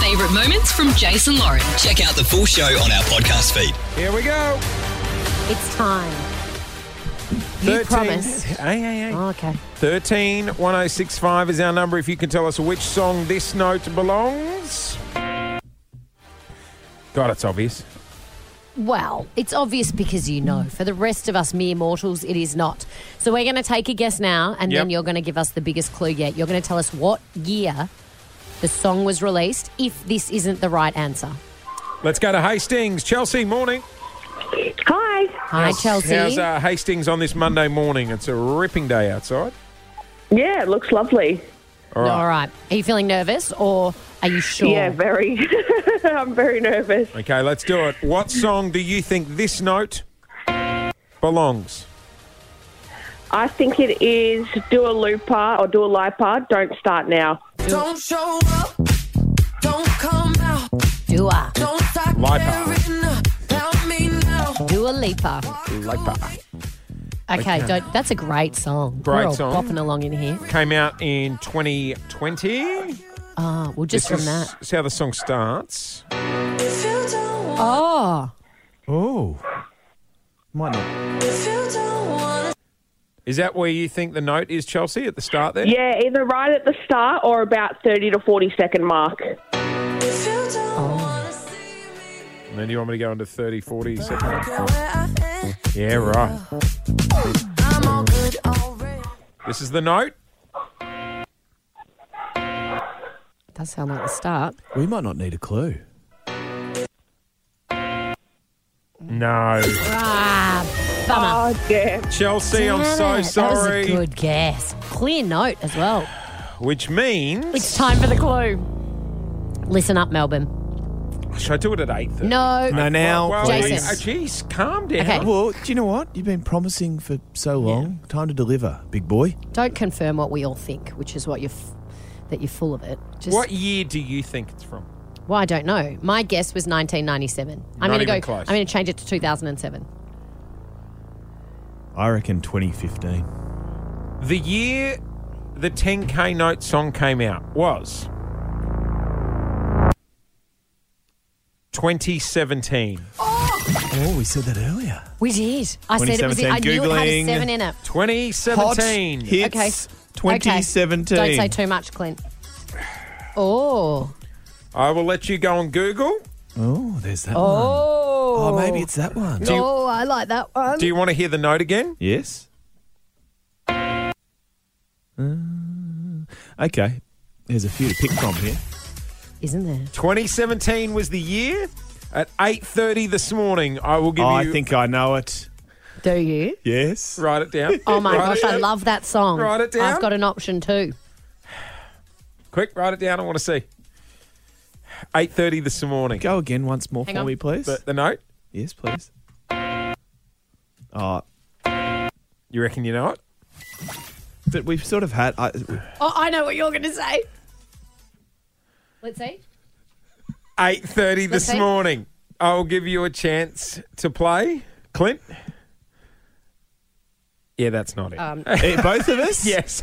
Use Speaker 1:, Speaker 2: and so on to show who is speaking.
Speaker 1: favourite moments from Jason Lauren.
Speaker 2: Check out the full show on our podcast feed.
Speaker 3: Here we go.
Speaker 4: It's time. You promise.
Speaker 3: Hey, hey, hey.
Speaker 4: Oh, okay.
Speaker 3: 13 1065 is our number if you can tell us which song this note belongs. God, it's obvious.
Speaker 4: Well, it's obvious because you know. For the rest of us mere mortals, it is not. So we're going to take a guess now, and
Speaker 3: Yep.
Speaker 4: then you're going to give us the biggest clue yet. You're going to tell us what year the song was released if this isn't the right answer.
Speaker 3: Let's go to Hastings. Chelsea, morning.
Speaker 5: Hi.
Speaker 4: Hi,
Speaker 3: How's-
Speaker 4: Chelsea.
Speaker 3: How's uh, Hastings on this Monday morning? It's a ripping day outside.
Speaker 5: Yeah, it looks lovely.
Speaker 3: All right.
Speaker 4: All right. Are you feeling nervous or are you sure?
Speaker 5: Yeah, very. I'm very nervous.
Speaker 3: Okay, let's do it. What song do you think this note belongs?
Speaker 5: I think it is Dua Lipa or Dua Lipa. Don't start now.
Speaker 6: Don't show up. Don't come out.
Speaker 4: Dua.
Speaker 6: Don't start
Speaker 3: Lipa.
Speaker 6: caring about me now.
Speaker 4: Dua Lipa.
Speaker 3: Lipa.
Speaker 4: Okay, don't, that's a great song.
Speaker 3: Great
Speaker 4: We're all
Speaker 3: song.
Speaker 4: bopping along in here.
Speaker 3: Came out in 2020.
Speaker 4: Oh, well, just from that.
Speaker 3: is how the song starts.
Speaker 6: If you don't want,
Speaker 4: Oh,
Speaker 7: Oh. Might not.
Speaker 6: if you don't want,
Speaker 3: Is that where you think the note is, Chelsea, at the start there?
Speaker 5: Yeah, either right at the start or about 30 to 40 second mark.
Speaker 6: if you don't want to see me,
Speaker 3: And then you want me to go into 30, 40
Speaker 6: don't
Speaker 3: seconds?
Speaker 6: care where I am.
Speaker 3: Yeah, right.
Speaker 6: I'm all good already.
Speaker 3: This is the note.
Speaker 4: does sound like the start.
Speaker 7: We might not need a clue.
Speaker 3: No.
Speaker 4: Ah, bummer.
Speaker 5: Oh, damn.
Speaker 3: Chelsea, I'm so
Speaker 4: Damn it, That was a
Speaker 3: sorry.
Speaker 4: good guess. Clear note as well.
Speaker 3: Which means.
Speaker 4: It's time for the clue. Listen up, Melbourne.
Speaker 3: Should I do it at 8?
Speaker 4: No.
Speaker 7: No, now,
Speaker 3: Well,
Speaker 4: Jason.
Speaker 7: please.
Speaker 3: Oh, geez, calm down.
Speaker 4: Okay.
Speaker 7: Well, do you know what? You've been promising for so long. Time to deliver, big boy.
Speaker 4: Don't confirm what we all think, which is what you're f- that you're full of it. Just
Speaker 3: What year do you think it's from?
Speaker 4: well, I don't know. My guess was 1997. I'm
Speaker 3: Not
Speaker 4: going to
Speaker 3: even
Speaker 4: go
Speaker 3: close.
Speaker 4: I'm going to change it to 2007.
Speaker 7: I reckon 2015.
Speaker 3: The year the 10K note song came out was 2017.
Speaker 7: Oh, we said that earlier.
Speaker 4: We did. I said it was I knew it had a
Speaker 7: 2017.
Speaker 4: 7 in it.
Speaker 3: 2017.
Speaker 7: Hot hits
Speaker 4: Okay.
Speaker 7: 2017.
Speaker 4: Okay. Don't say too much, Clint. Oh.
Speaker 3: I will let you go on Google.
Speaker 7: Oh, there's that one.
Speaker 4: Oh.
Speaker 7: Oh, maybe it's that one.
Speaker 3: Do you-
Speaker 4: Oh, I like that one.
Speaker 3: Do you want to hear the note again?
Speaker 7: Yes. Uh, okay. There's a few to pick from here.
Speaker 4: Isn't there?
Speaker 3: 2017 was the year. At 8:30 this morning, I will give
Speaker 7: Oh,
Speaker 3: you.
Speaker 7: I think I know it.
Speaker 4: Do you?
Speaker 7: Yes.
Speaker 3: Write it down.
Speaker 4: Oh my
Speaker 3: Write it
Speaker 4: gosh, I
Speaker 3: down.
Speaker 4: love that song.
Speaker 3: Write it down.
Speaker 4: I've got an option too.
Speaker 3: Quick, write it down. I want to see. 8:30 this morning.
Speaker 7: Go again once more
Speaker 4: Hang
Speaker 7: for
Speaker 4: on.
Speaker 7: me, please.
Speaker 3: The, the note.
Speaker 7: yes, please. Oh,
Speaker 3: You reckon you know it?
Speaker 7: but we've sort of had. uh, I,
Speaker 4: Oh, I know what you're going to say. Let's see.
Speaker 3: 8:30 this
Speaker 4: Okay.
Speaker 3: morning. I will give you a chance to play, Clint. Yeah, that's not it.
Speaker 4: Um,
Speaker 7: eh, both of us?
Speaker 3: yes.